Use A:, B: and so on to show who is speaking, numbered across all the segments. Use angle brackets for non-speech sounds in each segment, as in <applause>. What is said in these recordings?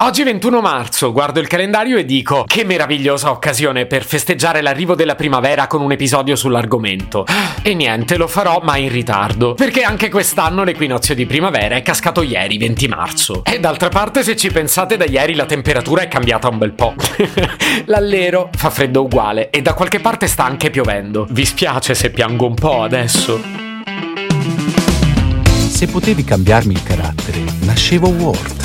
A: Oggi 21 marzo guardo il calendario e dico che meravigliosa occasione per festeggiare l'arrivo della primavera con un episodio sull'argomento. E niente, lo farò ma in ritardo, perché anche quest'anno l'equinozio di primavera è cascato ieri 20 marzo. E d'altra parte se ci pensate da ieri la temperatura è cambiata un bel po'. <laughs> L'allero fa freddo uguale e da qualche parte sta anche piovendo. Vi spiace se piango un po' adesso?
B: Se potevi cambiarmi il carattere, nascevo Word.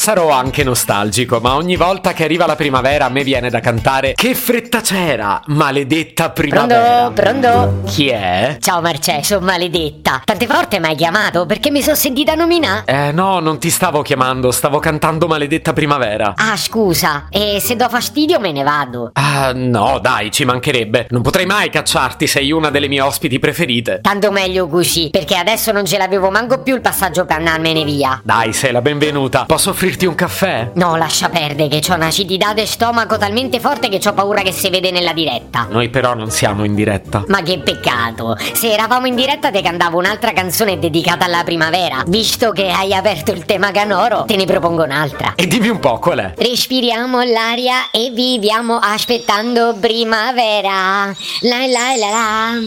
A: Sarò anche nostalgico, ma ogni volta che arriva la primavera a me viene da cantare Che fretta c'era, maledetta primavera.
C: Pronto? Pronto?
A: Chi è?
C: Ciao Marcè, sono maledetta. Tante volte mi hai chiamato perché mi sono sentita nominare.
A: Eh no, non ti stavo chiamando, stavo cantando maledetta primavera.
C: Ah, scusa. E se do fastidio me ne vado.
A: Ah, no, dai, ci mancherebbe. Non potrei mai cacciarti, sei una delle mie ospiti preferite.
C: Tanto meglio così, perché adesso non ce l'avevo manco più il passaggio per andarmene via.
A: Dai, sei la benvenuta. Posso offrirti un caffè?
C: No, lascia perdere che c'ho un'acidità de stomaco talmente forte che ho paura che si vede nella diretta.
A: Noi però non siamo in diretta.
C: Ma che peccato! Se eravamo in diretta te cantavo un'altra canzone dedicata alla primavera. Visto che hai aperto il tema canoro, te ne propongo un'altra.
A: E dimmi un po' qual è.
C: Respiriamo l'aria e viviamo aspettando primavera. La la la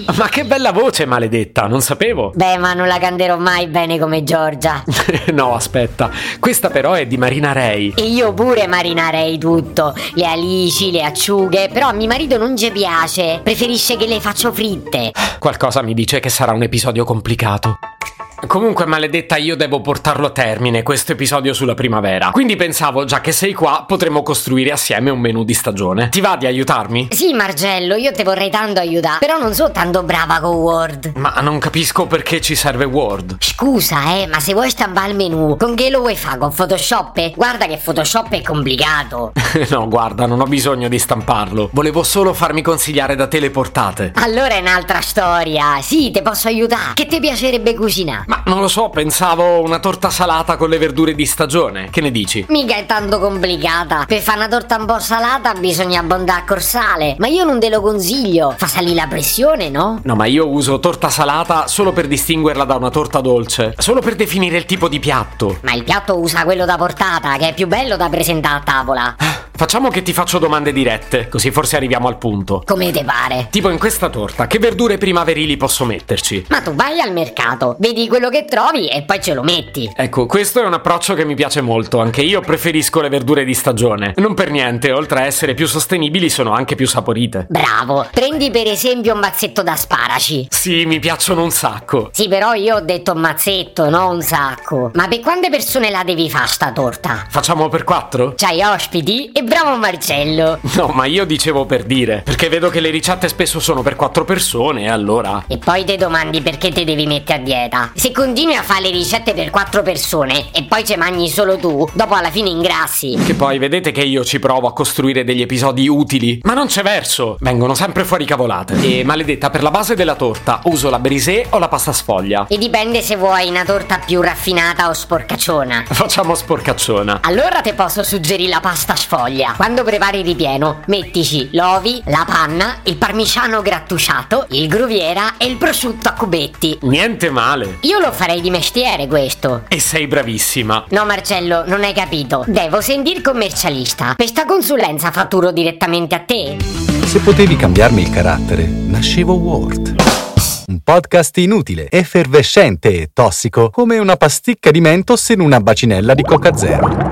C: la.
A: Ma che bella voce, maledetta, non sapevo. <laughs>
C: Beh, ma non la canterò mai bene come Giorgia.
A: no, aspetta. Questa però è di Marina Rei.
C: E io pure marinarei tutto, le alici, le acciughe, però a mio marito non ci piace, preferisce che le faccio fritte.
A: Qualcosa mi dice che sarà un episodio complicato. Comunque, maledetta, io devo portarlo a termine questo episodio sulla primavera. Quindi pensavo, già che sei qua, potremmo costruire assieme un menù di stagione. Ti va di aiutarmi?
C: Sì, Margello, io ti vorrei tanto aiutare, però non sono tanto brava con Word.
A: Ma non capisco perché ci serve Word. <laughs>
C: Scusa, eh, ma se vuoi stampare il menu, con che lo vuoi fare? Con Photoshop? Eh? Guarda che Photoshop è complicato.
A: no, guarda, non ho bisogno di stamparlo. Volevo solo farmi consigliare da te le portate.
C: Allora è un'altra storia. Sì, ti posso aiutare. Che ti piacerebbe cucinare?
A: Ma non lo so, pensavo una torta salata con le verdure di stagione. Che ne dici?
C: Mica è tanto complicata. Per fare una torta un po' salata bisogna abbondare a corsale. Ma io non te lo consiglio. Fa salire la pressione, no?
A: No, ma io uso torta salata solo per distinguerla da una torta dolce, solo per definire il tipo di piatto.
C: Ma il piatto usa quello da portata, che è più bello da presentare a tavola.
A: Facciamo che ti faccio domande dirette, così forse arriviamo al punto.
C: Come te pare.
A: Tipo in questa torta, che verdure primaverili posso metterci?
C: Ma tu vai al mercato, vedi quello che trovi e poi ce lo metti.
A: Ecco, questo è un approccio che mi piace molto, anche io preferisco le verdure di stagione. Non per niente, oltre a essere più sostenibili, sono anche più saporite.
C: Bravo. Prendi per esempio un mazzetto d'asparaci.
A: Sì, mi piacciono un sacco.
C: Sì, però io ho detto un mazzetto, no un sacco. Ma per quante persone la devi fare sta torta?
A: Facciamo per quattro?
C: C'hai ospiti? E bravo Marcello.
A: No, ma io dicevo per dire, perché vedo che le ricette spesso sono per quattro persone, e allora...
C: E poi te domandi perché te devi mettere a dieta. Se continui a fare le ricette per quattro persone e poi ce mangi solo tu, dopo alla fine ingrassi.
A: Che poi vedete che io ci provo a costruire degli episodi utili, ma non c'è verso, vengono sempre fuori cavolate. E maledetta, per la base della torta uso la brisée o la pasta sfoglia?
C: E dipende se vuoi una torta più raffinata o sporcacciona.
A: Facciamo sporcacciona.
C: Allora te posso suggerire la pasta sfoglia. Quando prepari il ripieno, mettici l'ovi, la panna, il parmigiano grattuciato, il gruviera e il prosciutto a cubetti.
A: Niente male.
C: Io lo farei di mestiere questo.
A: E sei bravissima.
C: No Marcello, non hai capito. Devo sentire il commercialista. Per sta consulenza fatturo direttamente a te.
B: Se potevi cambiarmi il carattere, nascevo Word. Un podcast inutile, effervescente e tossico, come una pasticca di mentos in una bacinella di Coca Zero.